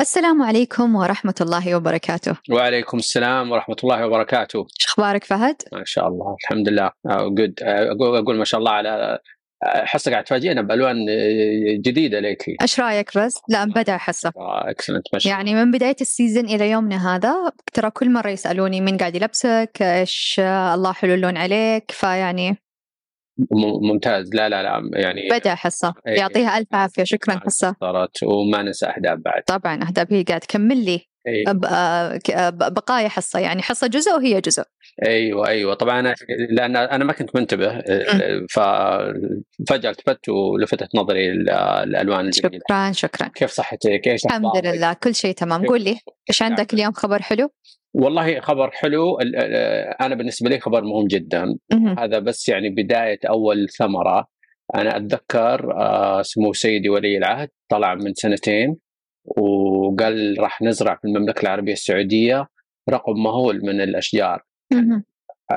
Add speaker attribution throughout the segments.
Speaker 1: السلام عليكم ورحمة الله وبركاته.
Speaker 2: وعليكم السلام ورحمة الله وبركاته.
Speaker 1: شو اخبارك فهد؟
Speaker 2: ما شاء الله الحمد لله آه، جود اقول اقول ما شاء الله على حصه قاعد تفاجئنا آه، بالوان جديده لك
Speaker 1: ايش رايك بس؟ لا بدا حصه
Speaker 2: اكسلنت ما شاء الله
Speaker 1: يعني من بداية السيزن إلى يومنا هذا ترى كل مرة يسألوني مين قاعد يلبسك إيش الله حلو اللون عليك فيعني
Speaker 2: إيه. م- ممتاز لا لا لا يعني
Speaker 1: بدأ حصة
Speaker 2: إيه. نعم.
Speaker 1: يعطيها ألف عافية شكرا حصة
Speaker 2: صارت وما ننسى احداث بعد
Speaker 1: طبعا أهداب هي قاعد تكمل لي
Speaker 2: إيه.
Speaker 1: ب- آه، ك- آه، ب- بقايا حصة يعني حصة جزء وهي جزء
Speaker 2: ايوه ايوه طبعا انا لان انا ما كنت منتبه ففجاه التفت ولفتت نظري ال- الالوان الجميله
Speaker 1: شكرا شكرا
Speaker 2: كيف صحتك؟ ايش
Speaker 1: الحمد
Speaker 2: أخبارك؟
Speaker 1: لله كل شيء تمام قول لي إيش
Speaker 2: نعم.
Speaker 1: عندك اليوم خبر حلو؟
Speaker 2: والله خبر حلو ال- ال- انا بالنسبه لي خبر مهم جدا
Speaker 1: مهم.
Speaker 2: هذا بس يعني بدايه اول ثمره انا اتذكر آه، سمو سيدي ولي العهد طلع من سنتين وقال راح نزرع في المملكه العربيه السعوديه رقم مهول من الاشجار
Speaker 1: مهم.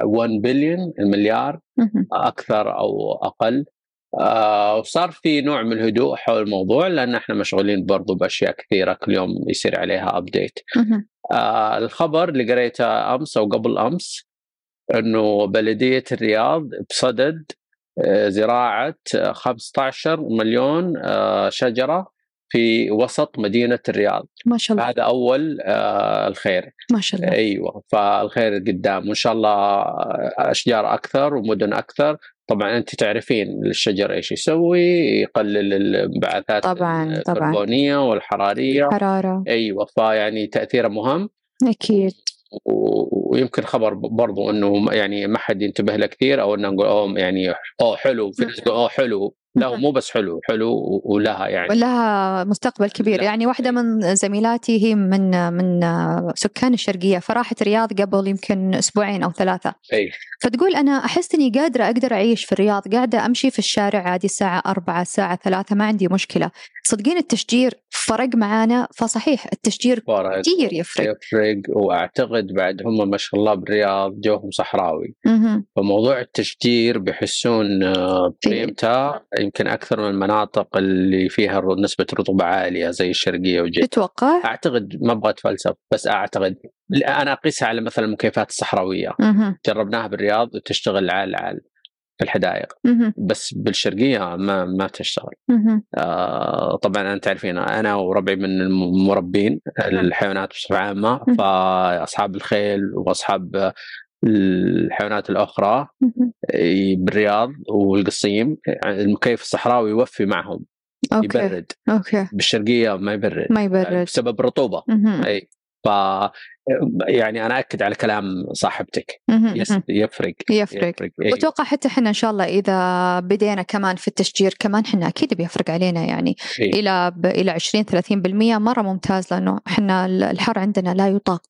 Speaker 2: 1 بليون المليار
Speaker 1: مهم.
Speaker 2: اكثر او اقل آه، وصار في نوع من الهدوء حول الموضوع لان احنا مشغولين برضو باشياء كثيره كل يوم يصير عليها ابديت
Speaker 1: مهم.
Speaker 2: آه، الخبر اللي قريته امس او قبل امس انه بلديه الرياض بصدد آه، زراعه آه، 15 مليون آه، شجره في وسط مدينه الرياض
Speaker 1: ما شاء الله
Speaker 2: هذا اول آه، الخير
Speaker 1: ما شاء الله
Speaker 2: ايوه فالخير قدام وان شاء الله اشجار اكثر ومدن اكثر طبعا انت تعرفين الشجر ايش يسوي يقلل الانبعاثات
Speaker 1: طبعا طبعا
Speaker 2: الكربونيه والحراريه
Speaker 1: حرارة
Speaker 2: ايوه فيعني تاثيره مهم
Speaker 1: أكيد
Speaker 2: و- ويمكن خبر ب- برضو انه يعني ما حد ينتبه له كثير او انه نقول اوه يعني اوه حلو في ناس تقول اوه حلو لا هو مو بس حلو حلو و- ولها يعني
Speaker 1: لها مستقبل كبير
Speaker 2: لا.
Speaker 1: يعني واحدة من زميلاتي هي من من سكان الشرقية فراحت الرياض قبل يمكن أسبوعين أو ثلاثة
Speaker 2: اي
Speaker 1: فتقول أنا أحس إني قادرة أقدر أعيش في الرياض قاعدة أمشي في الشارع عادي الساعة أربعة الساعة ثلاثة ما عندي مشكلة صدقين التشجير فرق معانا فصحيح التشجير
Speaker 2: فرق
Speaker 1: كثير
Speaker 2: أيوة.
Speaker 1: يفرق
Speaker 2: يفرق واعتقد بعد هم ما شاء الله بالرياض جوهم صحراوي
Speaker 1: مهم.
Speaker 2: فموضوع التشجير بيحسون آه،
Speaker 1: في-
Speaker 2: بقيمته يمكن اكثر من المناطق اللي فيها الر- نسبه رطوبه عاليه زي الشرقيه وجده
Speaker 1: تتوقع؟
Speaker 2: اعتقد ما ابغى اتفلسف بس اعتقد لا، انا اقيسها على مثلا المكيفات الصحراويه
Speaker 1: مهم.
Speaker 2: جربناها بالرياض تشتغل على العال في الحدائق
Speaker 1: مهم.
Speaker 2: بس بالشرقيه ما ما تشتغل
Speaker 1: مهم.
Speaker 2: آه طبعا انت تعرفين انا وربعي من المربين الحيوانات بصفه عامه
Speaker 1: مم.
Speaker 2: فاصحاب الخيل واصحاب الحيوانات الاخرى
Speaker 1: مهم.
Speaker 2: إي، بالرياض والقصيم المكيف الصحراوي يوفي معهم
Speaker 1: أوكي
Speaker 2: يبرد
Speaker 1: أوكي
Speaker 2: بالشرقيه ما يبرد
Speaker 1: ما يبرد
Speaker 2: بسبب الرطوبه
Speaker 1: مهم.
Speaker 2: اي ف يعني انا اكد على كلام صاحبتك
Speaker 1: مهم.
Speaker 2: يس- يفرق
Speaker 1: يفرق
Speaker 2: إي.
Speaker 1: واتوقع حتى احنا ان شاء الله اذا بدينا كمان في التشجير كمان احنا اكيد بيفرق علينا يعني
Speaker 2: إيه.
Speaker 1: الى ب... الى 20 30% مره ممتاز لانه احنا ال- الحر عندنا لا يطاق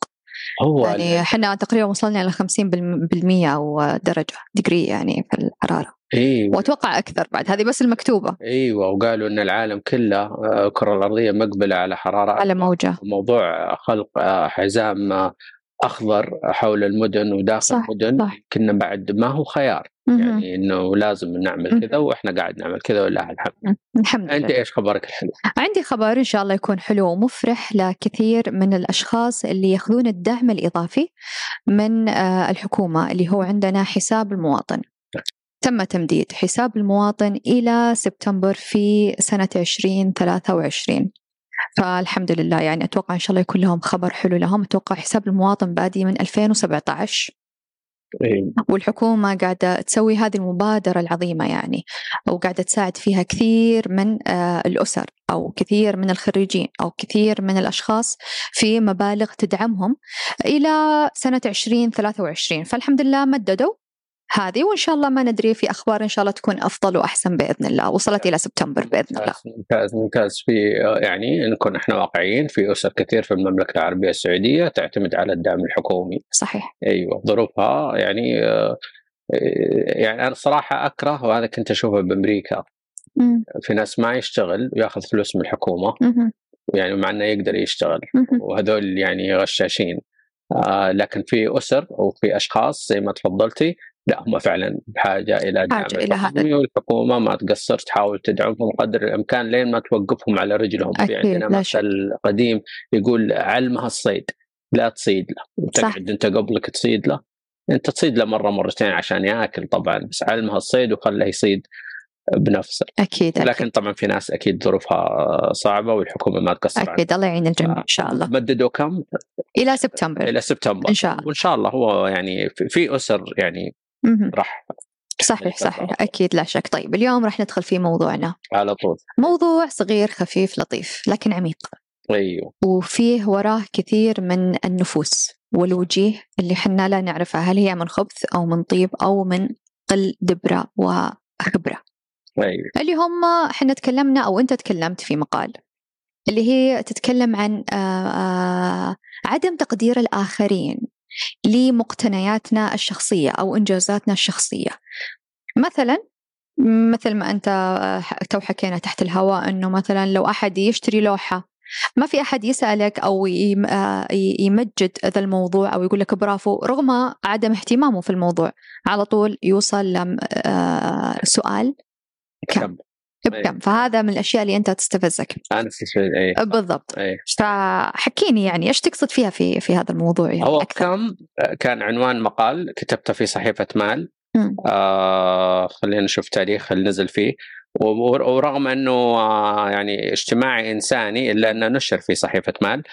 Speaker 2: هو
Speaker 1: يعني احنا تقريبا وصلنا الى 50% او درجه دقري يعني في الحراره
Speaker 2: ايوه
Speaker 1: واتوقع اكثر بعد هذه بس المكتوبه
Speaker 2: ايوه وقالوا ان العالم كله آه، الكره الارضيه مقبله على حراره
Speaker 1: على موجه
Speaker 2: موضوع خلق آه، حزام آه، اخضر حول المدن وداخل
Speaker 1: صح،
Speaker 2: المدن
Speaker 1: صح.
Speaker 2: كنا بعد ما هو خيار
Speaker 1: مهم.
Speaker 2: يعني انه لازم نعمل
Speaker 1: مهم.
Speaker 2: كذا واحنا قاعد نعمل كذا ولله الحمد
Speaker 1: الحمد لله
Speaker 2: انت ايش خبرك الحلو؟
Speaker 1: عندي خبر إن شاء الله يكون حلو ومفرح لكثير من الأشخاص اللي يأخذون الدعم الإضافي من آه، الحكومة اللي هو عندنا حساب المواطن تم تمديد حساب المواطن إلى سبتمبر في سنة 2023 فالحمد لله يعني أتوقع إن شاء الله يكون لهم خبر حلو لهم أتوقع حساب المواطن بادي من 2017
Speaker 2: إيه.
Speaker 1: والحكومة قاعدة تسوي هذه المبادرة العظيمة يعني وقاعدة تساعد فيها كثير من آه، الأسر أو كثير من الخريجين أو كثير من الأشخاص في مبالغ تدعمهم إلى سنة 2023 فالحمد لله مددوا هذه وإن شاء الله ما ندري في أخبار إن شاء الله تكون أفضل وأحسن بإذن الله وصلت إلى سبتمبر بإذن الله
Speaker 2: ممتاز ممتاز في يعني نكون احنا واقعيين في اسر كثير في المملكه العربيه السعوديه تعتمد على الدعم الحكومي
Speaker 1: صحيح
Speaker 2: ايوه ظروفها يعني آه، يعني انا صراحه اكره وهذا كنت اشوفه بامريكا
Speaker 1: مم.
Speaker 2: في ناس ما يشتغل وياخذ فلوس من الحكومه
Speaker 1: مهم.
Speaker 2: يعني مع انه يقدر يشتغل
Speaker 1: مهم.
Speaker 2: وهذول يعني غشاشين آه لكن في اسر وفي اشخاص زي ما تفضلتي لا هم فعلا بحاجه الى دعم
Speaker 1: حاجة إلى هذا.
Speaker 2: الحكومي والحكومه ما تقصر تحاول تدعمهم قدر الامكان لين ما توقفهم على رجلهم في
Speaker 1: أكيد،
Speaker 2: عندنا
Speaker 1: لا شك.
Speaker 2: مثل قديم يقول علمها الصيد لا تصيد له
Speaker 1: صح.
Speaker 2: تقعد انت قبلك تصيد له انت تصيد له مره مرتين عشان ياكل طبعا بس علمها الصيد وخله يصيد بنفسه
Speaker 1: أكيد أكيد,
Speaker 2: لكن طبعا في ناس اكيد ظروفها صعبه والحكومه ما تقصر عنها.
Speaker 1: أكيد الله يعين الجميع إن شاء الله
Speaker 2: مددوا كم
Speaker 1: إلى سبتمبر
Speaker 2: الى سبتمبر
Speaker 1: إن شاء الله
Speaker 2: وان شاء الله هو يعني في- في اسر يعني
Speaker 1: مهم.
Speaker 2: راح
Speaker 1: صحيح
Speaker 2: الفترة.
Speaker 1: صحيح أكيد لا شك طيب اليوم راح ندخل في موضوعنا
Speaker 2: على طول
Speaker 1: موضوع صغير خفيف لطيف لكن عميق
Speaker 2: ايوه
Speaker 1: وفيه وراه كثير من النفوس والوجيه اللي حنا لا نعرفها هل هي من خبث أو من طيب أو من قل دبرة وخبرة
Speaker 2: ايوه
Speaker 1: اللي هم احنا تكلمنا أو أنت تكلمت في مقال اللي هي تتكلم عن آه، آه، عدم تقدير الآخرين لمقتنياتنا الشخصية أو إنجازاتنا الشخصية مثلا مثل ما أنت آه، تو حكينا تحت الهواء أنه مثلا لو أحد يشتري لوحة ما في أحد يسألك أو يم- آه، ي- يمجد ذا الموضوع أو يقول لك برافو رغم عدم اهتمامه في الموضوع على طول يوصل لم- آه، سؤال كم؟
Speaker 2: كم أيوة.
Speaker 1: بكم فهذا من الأشياء اللي أنت تستفزك
Speaker 2: انا في اي
Speaker 1: بالضبط
Speaker 2: اي
Speaker 1: فحكيني يعني ايش تقصد فيها في في هذا الموضوع يعني
Speaker 2: هو
Speaker 1: اكثر
Speaker 2: كم كان عنوان مقال كتبته في صحيفه مال
Speaker 1: مم.
Speaker 2: آه خلينا نشوف تاريخ اللي نزل فيه و- ورغم انه آه يعني اجتماعي انساني الا انه نشر في صحيفه مال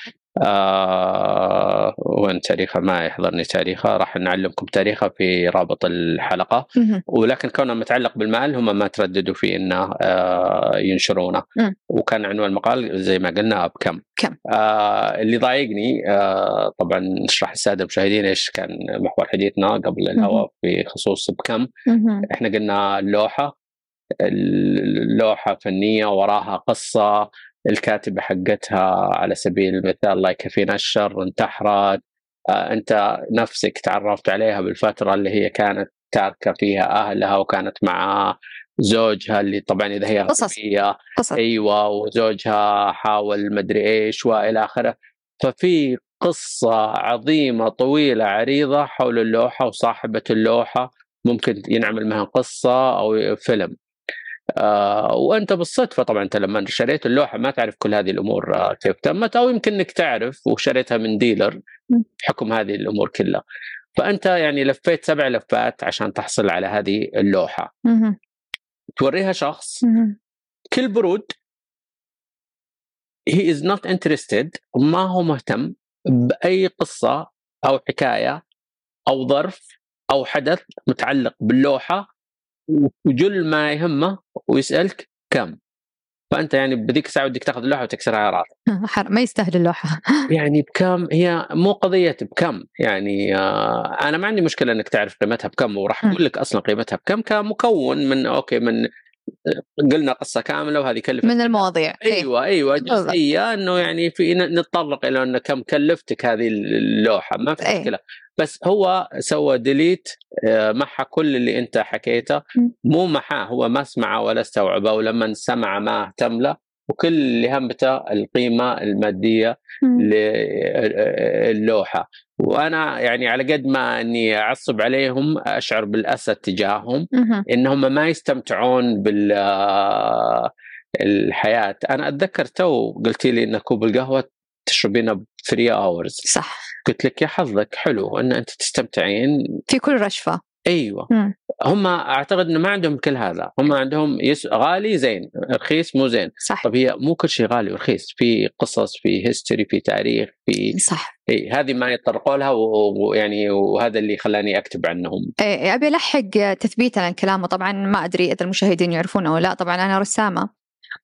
Speaker 2: آه وين تاريخه ما يحضرني تاريخه راح نعلمكم تاريخه في رابط الحلقه
Speaker 1: مهم.
Speaker 2: ولكن كونه متعلق بالمال هم ما ترددوا في انه آه، ينشرونه
Speaker 1: مم.
Speaker 2: وكان عنوان المقال زي ما قلنا بكم
Speaker 1: كم.
Speaker 2: آه اللي ضايقني آه طبعا نشرح للساده المشاهدين ايش كان محور حديثنا قبل الهواء في خصوص بكم
Speaker 1: مهم.
Speaker 2: احنا قلنا اللوحه اللوحه فنيه وراها قصه الكاتبه حقتها على سبيل المثال الله يكفينا الشر انتحرت آه، انت نفسك تعرفت عليها بالفتره اللي هي كانت تاركه فيها اهلها وكانت مع زوجها اللي طبعا اذا هي
Speaker 1: قصص.
Speaker 2: غربيه
Speaker 1: قصد
Speaker 2: ايوه وزوجها حاول مدري ايش والى اخره ففي قصه عظيمه طويله عريضه حول اللوحه وصاحبه اللوحه ممكن ينعمل منها قصه او فيلم آه وانت بالصدفه طبعا انت لما شريت اللوحه ما تعرف كل هذه الامور آه، كيف تمت او يمكن انك تعرف وشريتها من ديلر بحكم هذه الامور كلها فانت يعني لفيت سبع لفات عشان تحصل على هذه اللوحه
Speaker 1: مهم.
Speaker 2: توريها شخص
Speaker 1: مهم.
Speaker 2: كل برود he is not interested ما هو مهتم باي قصه او حكايه او ظرف او حدث متعلق باللوحه وجل ما يهمه ويسالك كم فانت يعني بذيك الساعه بدك تاخذ اللوحه وتكسرها راسك
Speaker 1: حر- ما يستاهل اللوحه
Speaker 2: يعني بكم هي مو قضيه بكم يعني آه، انا ما عندي مشكله انك تعرف قيمتها بكم وراح
Speaker 1: مم.
Speaker 2: اقول لك اصلا قيمتها بكم كمكون من اوكي من آه، قلنا قصه كامله وهذه كلفت
Speaker 1: من المواضيع إيه.
Speaker 2: ايوه ايوه
Speaker 1: بالضبط.
Speaker 2: جزئيه انه يعني في ن- نتطرق الى انه كم كلفتك هذه اللوحه ما في
Speaker 1: إيه.
Speaker 2: مشكله بس هو سوى ديليت آه، محى كل اللي انت حكيته
Speaker 1: م.
Speaker 2: مو محاه هو ما سمعه ولا استوعبه ولما سمع ما اهتم له وكل اللي همته القيمه الماديه
Speaker 1: مم.
Speaker 2: للوحه وانا آه، يعني على قد ما اني اعصب عليهم اشعر بالاسى تجاههم
Speaker 1: مهم.
Speaker 2: انهم ما يستمتعون بال الحياه انا اتذكر تو قلت لي ان كوب القهوه تشربينه ب 3 اورز
Speaker 1: صح
Speaker 2: قلت لك يا حظك حلو ان انت تستمتعين
Speaker 1: في كل رشفه
Speaker 2: ايوه
Speaker 1: مم.
Speaker 2: هم اعتقد انه ما عندهم كل هذا هم عندهم يس... غالي زين رخيص مو زين
Speaker 1: صح
Speaker 2: طب هي مو كل شيء غالي ورخيص في قصص في هيستوري في تاريخ في
Speaker 1: صح
Speaker 2: إيه هذه ما يتطرقوا لها و- ويعني وهذا اللي خلاني اكتب عنهم
Speaker 1: إيه، ابي الحق تثبيتا عن كلامه طبعا ما ادري اذا المشاهدين يعرفون او لا طبعا انا رسامه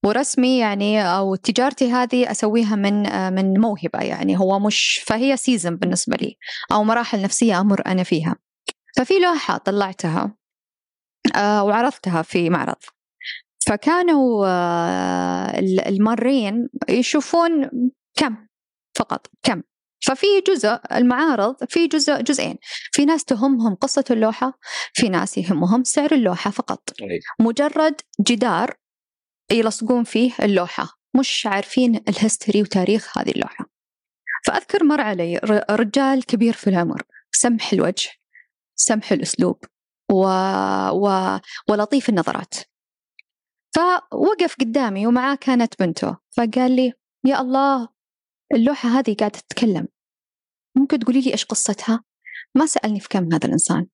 Speaker 1: ورسمي يعني او تجارتي هذه اسويها من آه، من موهبه يعني هو مش فهي سيزن بالنسبه لي او مراحل نفسيه امر انا فيها ففي لوحة طلعتها آه، وعرضتها في معرض فكانوا آه، ال- المارين يشوفون كم فقط كم ففي جزء المعارض في جزء جزئين في ناس تهمهم قصة اللوحة في ناس يهمهم سعر اللوحة فقط
Speaker 2: إيه.
Speaker 1: مجرد جدار يلصقون فيه اللوحة مش عارفين الهستوري وتاريخ هذه اللوحة فأذكر مر علي ر- رجال كبير في العمر سمح الوجه سمح الأسلوب و... و... ولطيف النظرات فوقف قدامي ومعاه كانت بنته فقال لي يا الله اللوحة هذه قاعدة تتكلم ممكن تقولي لي إيش قصتها ما سألني في كم هذا الإنسان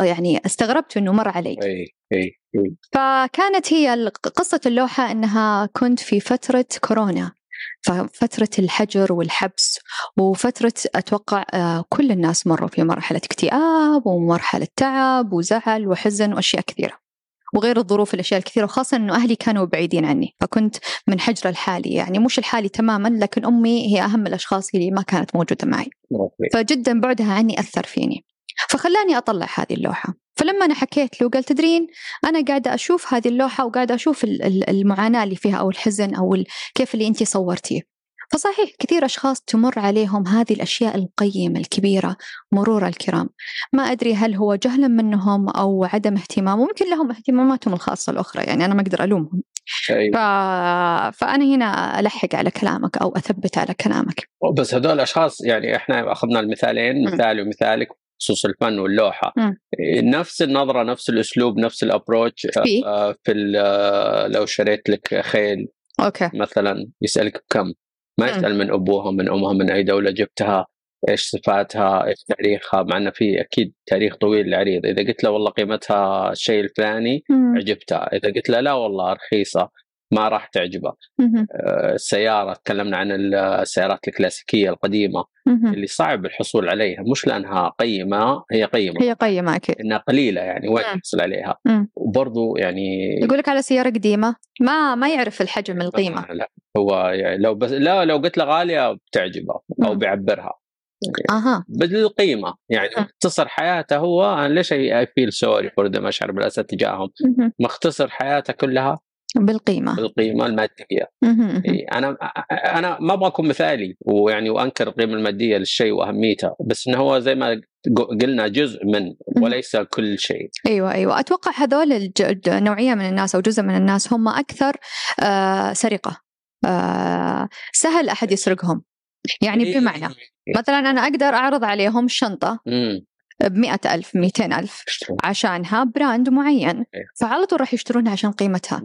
Speaker 1: يعني استغربت أنه مر علي
Speaker 2: إيه. إيه. إيه.
Speaker 1: فكانت هي ال- قصة اللوحة أنها كنت في فترة كورونا ففترة الحجر والحبس وفترة أتوقع آه، كل الناس مروا في مرحلة اكتئاب ومرحلة تعب وزعل وحزن وأشياء كثيرة وغير الظروف الأشياء الكثيرة وخاصة أنه أهلي كانوا بعيدين عني فكنت من حجر الحالي يعني مش الحالي تماما لكن أمي هي أهم الأشخاص اللي ما كانت موجودة معي
Speaker 2: أوكي.
Speaker 1: فجدا بعدها عني أثر فيني فخلاني أطلع هذه اللوحة فلما أنا حكيت له قال تدرين أنا قاعدة أشوف هذه اللوحة وقاعدة أشوف ال- ال- المعاناة اللي فيها أو الحزن أو ال- كيف اللي أنت صورتيه فصحيح كثير أشخاص تمر عليهم هذه الأشياء القيمة الكبيرة مرور الكرام ما أدري هل هو جهلا منهم أو عدم اهتمام وممكن لهم اهتماماتهم الخاصة الأخرى يعني أنا ما أقدر ألومهم
Speaker 2: إيه.
Speaker 1: ف... فأنا هنا ألحق على كلامك أو أثبت على كلامك
Speaker 2: بس هذول الاشخاص يعني احنا اخذنا المثالين
Speaker 1: مم.
Speaker 2: مثالي ومثالك بخصوص الفن واللوحه
Speaker 1: مم.
Speaker 2: نفس النظره نفس الاسلوب نفس الابروتش
Speaker 1: في
Speaker 2: آه، في ال- آه، لو شريت لك خيل
Speaker 1: أوكي
Speaker 2: مثلا يسالك بكم ما
Speaker 1: مم.
Speaker 2: يسال من ابوها من امها من اي دوله جبتها ايش صفاتها ايش تاريخها مع انه في اكيد تاريخ طويل عريض اذا قلت له والله قيمتها الشيء الفلاني
Speaker 1: مم.
Speaker 2: عجبتها اذا قلت له لا والله رخيصه ما راح تعجبه
Speaker 1: مهم.
Speaker 2: آه، السياره تكلمنا عن آه، السيارات الكلاسيكيه القديمه
Speaker 1: مهم.
Speaker 2: اللي صعب الحصول عليها مش لانها قيمه هي قيمه
Speaker 1: هي قيمة أكيد
Speaker 2: انها قليله يعني وين
Speaker 1: مم.
Speaker 2: تحصل عليها
Speaker 1: مم.
Speaker 2: وبرضو يعني
Speaker 1: يقول لك على سيارة قديمة ما ما يعرف الحجم القيمة
Speaker 2: لا هو يعني لو بس لا لو قلت له غاليه بتعجبه او
Speaker 1: مم.
Speaker 2: بيعبرها
Speaker 1: أها
Speaker 2: بالقيمه يعني
Speaker 1: مم.
Speaker 2: مختصر حياته هو انا ليش اي فيل سوري فور ذم اشعر بالاسى تجاههم
Speaker 1: مهم.
Speaker 2: مختصر حياته كلها
Speaker 1: بالقيمة
Speaker 2: بالقيمه الماديه
Speaker 1: مهم. مهم.
Speaker 2: إيه، انا انا ما ابغى اكون مثالي ويعني وانكر القيمه الماديه للشيء واهميته بس انه هو زي ما قلنا جزء من وليس كل شيء
Speaker 1: ايوه ايوه اتوقع هذول الج- الج- نوعيه من الناس او جزء من الناس هم اكثر آه سرقه آه سهل احد يسرقهم يعني
Speaker 2: إيه.
Speaker 1: بمعنى مثلا انا اقدر اعرض عليهم شنطه
Speaker 2: امم
Speaker 1: ب ألف 200 ألف عشانها براند معين
Speaker 2: إيه.
Speaker 1: فعلى طول راح يشترونها عشان قيمتها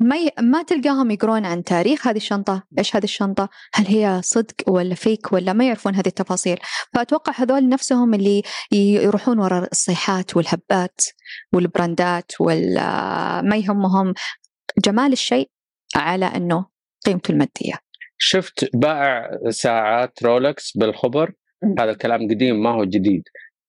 Speaker 1: ما ي... ما تلقاهم يقرون عن تاريخ هذه الشنطة إيش هذه الشنطة هل هي صدق ولا فيك ولا ما يعرفون هذه التفاصيل فأتوقع هذول نفسهم اللي ي- يروحون وراء الصيحات والهبات والبراندات ولا ما يهمهم جمال الشيء على أنه قيمته المادية
Speaker 2: شفت بائع ساعات رولكس بالخبر
Speaker 1: مم.
Speaker 2: هذا الكلام قديم ما هو جديد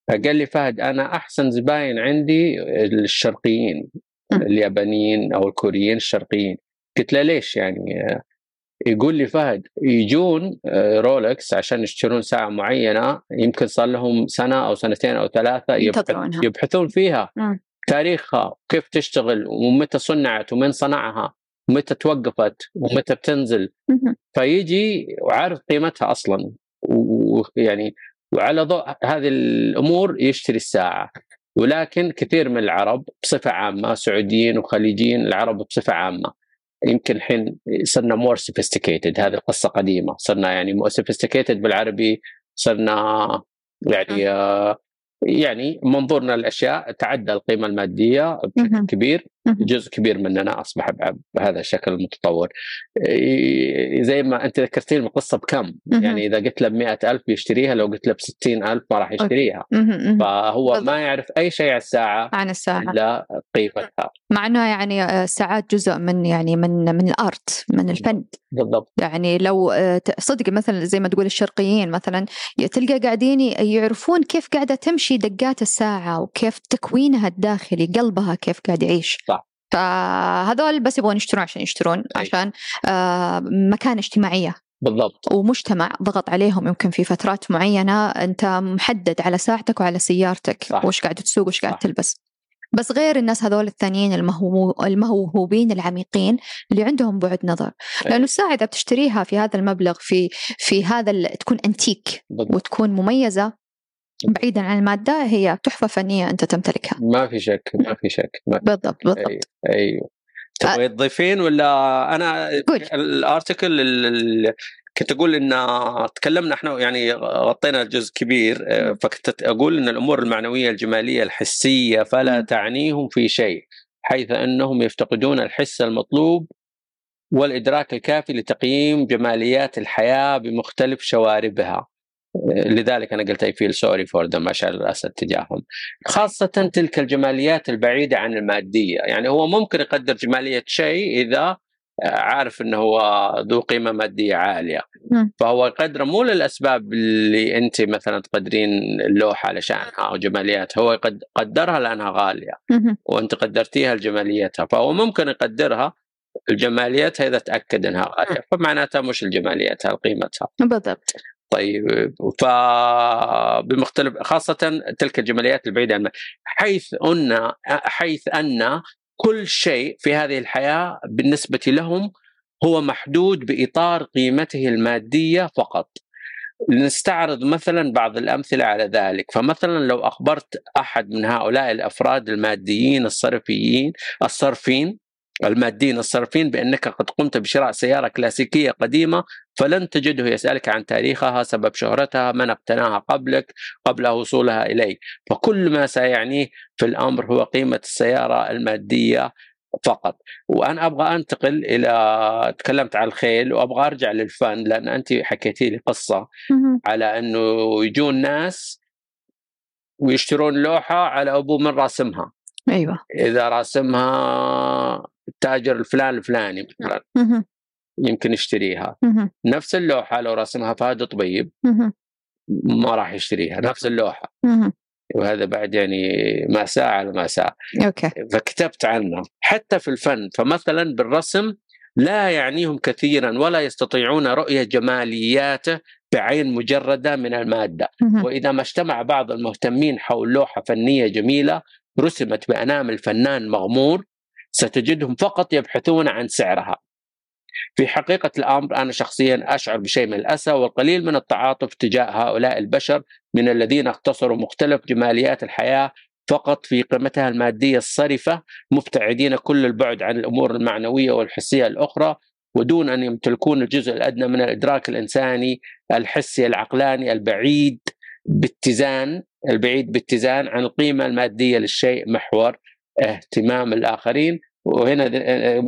Speaker 2: قال لي فهد انا احسن زباين عندي الشرقيين
Speaker 1: مم.
Speaker 2: اليابانيين او الكوريين الشرقيين قلت له ليش يعني يقول لي فهد يجون آه، رولكس عشان يشترون ساعه معينه يمكن صار لهم سنه او سنتين او ثلاثه يبحث
Speaker 1: ينتظرونها
Speaker 2: يبحثون فيها
Speaker 1: مم.
Speaker 2: تاريخها كيف تشتغل ومتى صنعت ومن صنعها ومتى توقفت ومتى بتنزل
Speaker 1: مهم.
Speaker 2: فيجي وعارف قيمتها اصلا ويعني يعني وعلى ضوء هذه الامور يشتري الساعه ولكن كثير من العرب بصفه عامه سعوديين وخليجيين العرب بصفه عامه يمكن الحين صرنا مور سوفيستيكيتد هذه القصه قديمه صرنا يعني سوفيستيكيتد بالعربي صرنا يعني آه، يعني منظورنا للاشياء تعدى القيمه الماديه بشكل
Speaker 1: مهم.
Speaker 2: كبير
Speaker 1: مهم.
Speaker 2: جزء كبير مننا اصبح بع- بهذا الشكل المتطور إيه، زي ما انت ذكرتين القصه بكم
Speaker 1: مهم.
Speaker 2: يعني اذا قلت له ب 100000 بيشتريها لو قلت له ب 60000 ما راح يشتريها
Speaker 1: مهم. مهم.
Speaker 2: فهو
Speaker 1: بالضبط.
Speaker 2: ما يعرف اي شيء على الساعه
Speaker 1: عن الساعة
Speaker 2: الا قيمتها
Speaker 1: مع أنه يعني آه، الساعات جزء من يعني من من الأرت من الفن
Speaker 2: بالضبط
Speaker 1: يعني لو آه، ت- صدق مثلا زي ما تقول الشرقيين مثلا ي- تلقى قاعدين ي- يعرفون كيف قاعدة تمشي دقات الساعة وكيف تكوينها الداخلي قلبها كيف قاعد يعيش
Speaker 2: صح.
Speaker 1: فهذول بس يبغون يشترون عشان يشترون
Speaker 2: أي.
Speaker 1: عشان آه، مكان اجتماعية
Speaker 2: بالضبط
Speaker 1: ومجتمع ضغط عليهم يمكن في فترات معينة أنت محدد على ساعتك وعلى سيارتك
Speaker 2: صح.
Speaker 1: وش قاعد تسوق وش قاعد
Speaker 2: صح.
Speaker 1: تلبس بس غير الناس هذول الثانيين المهمو... الموهوبين العميقين اللي عندهم بعد نظر
Speaker 2: إيه.
Speaker 1: لأنه الساعة إذا بتشتريها في هذا المبلغ في في هذا ال... تكون أنتيك
Speaker 2: بالضبط
Speaker 1: وتكون مميزة بعيدا عن المادة هي تحفة فنية أنت تمتلكها
Speaker 2: ما في شك ما في شك ما في
Speaker 1: بالضبط بالضبط
Speaker 2: أي- ايوه تبغي تضيفين ولا انا
Speaker 1: قول.
Speaker 2: الارتكل ال- كنت اقول ان تكلمنا احنا يعني غطينا جزء كبير آه، فكنت اقول ان الامور المعنويه الجماليه الحسيه فلا
Speaker 1: مم.
Speaker 2: تعنيهم في شيء حيث انهم يفتقدون الحس المطلوب والادراك الكافي لتقييم جماليات الحياه بمختلف شواربها آه، لذلك انا قلت اي فيل سوري فور ذم اشعر الاسد تجاههم خاصة تلك الجماليات البعيدة عن المادية يعني هو ممكن يقدر جمالية شيء إذا عارف أنه هو ذو قيمة مادية عالية
Speaker 1: مم.
Speaker 2: فهو يقدره مو للأسباب اللي أنت مثلا تقدرين اللوحة علشانها أو جماليات هو يقد- قدرها لأنها غالية
Speaker 1: مهم.
Speaker 2: وأنت قدرتيها لجماليتها فهو ممكن يقدرها لجماليتها إذا تأكد أنها غالية فمعناتها مش لجماليتها لقيمتها
Speaker 1: بالضبط
Speaker 2: طيب فبمختلف خاصة تلك الجماليات البعيدة عن حيث أن حيث أن كل شيء في هذه الحياة بالنسبة لهم هو محدود بإطار قيمته المادية فقط نستعرض مثلا بعض الأمثلة على ذلك فمثلا لو أخبرت أحد من هؤلاء الأفراد الماديين الصرفيين الصرفين الماديين الصرفين بأنك قد قمت بشراء سيارة كلاسيكية قديمة فلن تجده يسألك عن تاريخها سبب شهرتها من اقتناها قبلك قبل وصولها إليك فكل ما سيعنيه في الأمر هو قيمة السيارة المادية فقط وأنا أبغى أنتقل إلى تكلمت عن الخيل وأبغى أرجع للفن لأن أنت حكيتي لي قصة
Speaker 1: مهم.
Speaker 2: على أنه يجون ناس ويشترون لوحة على أبوه من راسمها
Speaker 1: أيوة
Speaker 2: إذا راسمها تاجر الفلان الفلاني مثلا
Speaker 1: مهم.
Speaker 2: يمكن يشتريها
Speaker 1: مهم.
Speaker 2: نفس اللوحة لو راسمها فهد طبيب
Speaker 1: مهم.
Speaker 2: ما راح يشتريها نفس اللوحه
Speaker 1: مهم.
Speaker 2: وهذا بعد يعني ماساه على ماساه
Speaker 1: أوكي
Speaker 2: فكتبت عنه حتى في الفن فمثلا بالرسم لا يعنيهم كثيرا ولا يستطيعون رؤيه جمالياته بعين مجرده من الماده
Speaker 1: مهم.
Speaker 2: واذا ما اجتمع بعض المهتمين حول لوحه فنيه جميله رسمت بانامل فنان مغمور ستجدهم فقط يبحثون عن سعرها في حقيقة الأمر أنا شخصيا أشعر بشيء من الأسى والقليل من التعاطف تجاه هؤلاء البشر من الذين اختصروا مختلف جماليات الحياة فقط في قيمتها المادية الصرفة مبتعدين كل البعد عن الأمور المعنوية والحسية الأخرى ودون أن يمتلكون الجزء الأدنى من الإدراك الإنساني الحسي العقلاني البعيد باتزان البعيد باتزان عن القيمة المادية للشيء محور آه، اهتمام الآخرين وهنا آه،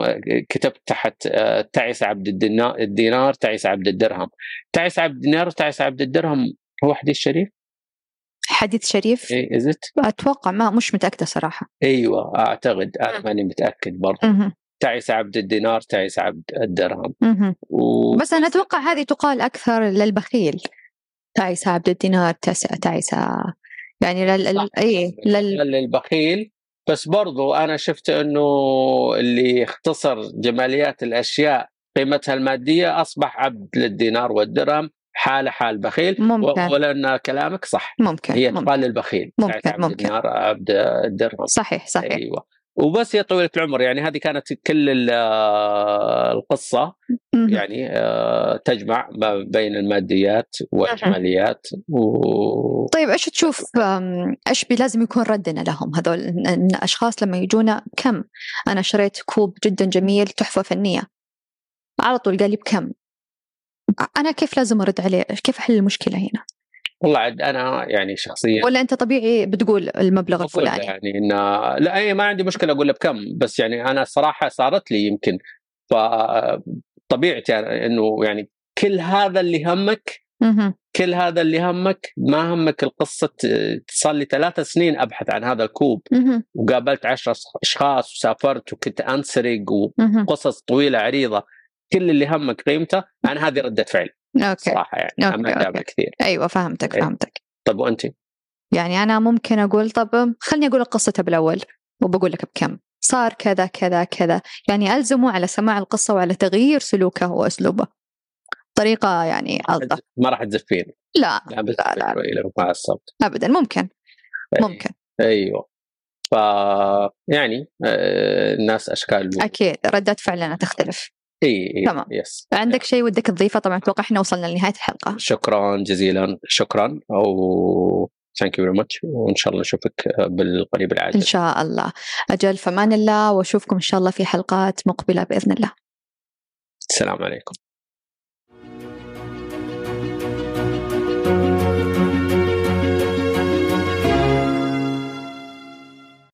Speaker 2: كتبت تحت آه، تعس عبد الدنا- الدينار تعس عبد الدرهم تعس عبد الدينار وتعس عبد الدرهم هو حديث شريف
Speaker 1: حديث شريف
Speaker 2: إيه is it؟
Speaker 1: أتوقع ما مش متأكدة صراحة
Speaker 2: ايوه اعتقد انا
Speaker 1: مم.
Speaker 2: ماني متاكد برضه
Speaker 1: مهم.
Speaker 2: تعس عبد الدينار تعس عبد الدرهم
Speaker 1: مهم.
Speaker 2: و...
Speaker 1: بس أنا أتوقع هذه تقال أكثر للبخيل تعيسة عبد الدينار تعيسة, تعيسة يعني لل...
Speaker 2: صح.
Speaker 1: لل... إيه لل...
Speaker 2: للبخيل بس برضو انا شفت انه اللي اختصر جماليات الاشياء قيمتها الماديه اصبح عبد للدينار والدرهم حاله حال بخيل
Speaker 1: ممكن.
Speaker 2: ولان كلامك صح
Speaker 1: ممكن
Speaker 2: هي
Speaker 1: ممكن
Speaker 2: تقال للبخيل
Speaker 1: ممكن،
Speaker 2: تعس عبد
Speaker 1: ممكن.
Speaker 2: الدينار عبد الدرهم
Speaker 1: صحيح صحيح
Speaker 2: ايوه وبس يا طويله العمر يعني هذه كانت كل ال- القصه
Speaker 1: مهم.
Speaker 2: يعني آه، تجمع ما بين الماديات والجماليات و...
Speaker 1: طيب ايش تشوف أم، ايش بي- لازم يكون ردنا لهم هذول إن- إن الاشخاص لما يجونا كم انا شريت كوب جدا جميل تحفه فنيه على طول قال لي بكم انا كيف لازم ارد عليه كيف احل المشكله هنا
Speaker 2: والله عاد انا يعني شخصيا
Speaker 1: ولا انت طبيعي بتقول المبلغ
Speaker 2: أقول
Speaker 1: الفلاني
Speaker 2: يعني ان لا اي ما عندي مشكله اقول له بكم بس يعني انا صراحه صارت لي يمكن فطبيعتي يعني انه يعني كل هذا اللي همك
Speaker 1: مهم.
Speaker 2: كل هذا اللي همك ما همك القصه آه، صار لي ثلاث سنين ابحث عن هذا الكوب
Speaker 1: مهم.
Speaker 2: وقابلت عشرة اشخاص وسافرت وكنت انسرق
Speaker 1: مهم.
Speaker 2: وقصص طويله عريضه كل اللي همك قيمته انا هذه رده فعل
Speaker 1: اوكي
Speaker 2: صراحه يعني
Speaker 1: أوكي،
Speaker 2: ما
Speaker 1: أوكي.
Speaker 2: قابل كثير
Speaker 1: ايوه فهمتك
Speaker 2: إيه.
Speaker 1: فهمتك
Speaker 2: طيب وانت
Speaker 1: يعني انا ممكن اقول طب خلني اقول لك قصته بالاول وبقول لك بكم صار كذا كذا كذا يعني الزمه على سماع القصه وعلى تغيير سلوكه واسلوبه بطريقه يعني الطف
Speaker 2: ما راح تزفين
Speaker 1: لا
Speaker 2: لا إيه. بس
Speaker 1: لا، لا.
Speaker 2: شوي لو مع الصوت
Speaker 1: ابدا ممكن
Speaker 2: أي-
Speaker 1: ممكن
Speaker 2: ايوه ف يعني آه، الناس اشكال
Speaker 1: اكيد ردات فعلنا تختلف
Speaker 2: اي إي،
Speaker 1: تمام.
Speaker 2: يس
Speaker 1: عندك شيء ودك تضيفه طبعا اتوقع احنا وصلنا لنهايه الحلقه
Speaker 2: شكرا جزيلا شكرا او ثانك يو فيري ماتش وان شاء الله نشوفك آه، بالقريب
Speaker 1: ان
Speaker 2: العاجل
Speaker 1: شاء الله اجل فمان الله واشوفكم ان شاء الله في حلقات مقبله باذن الله
Speaker 2: السلام عليكم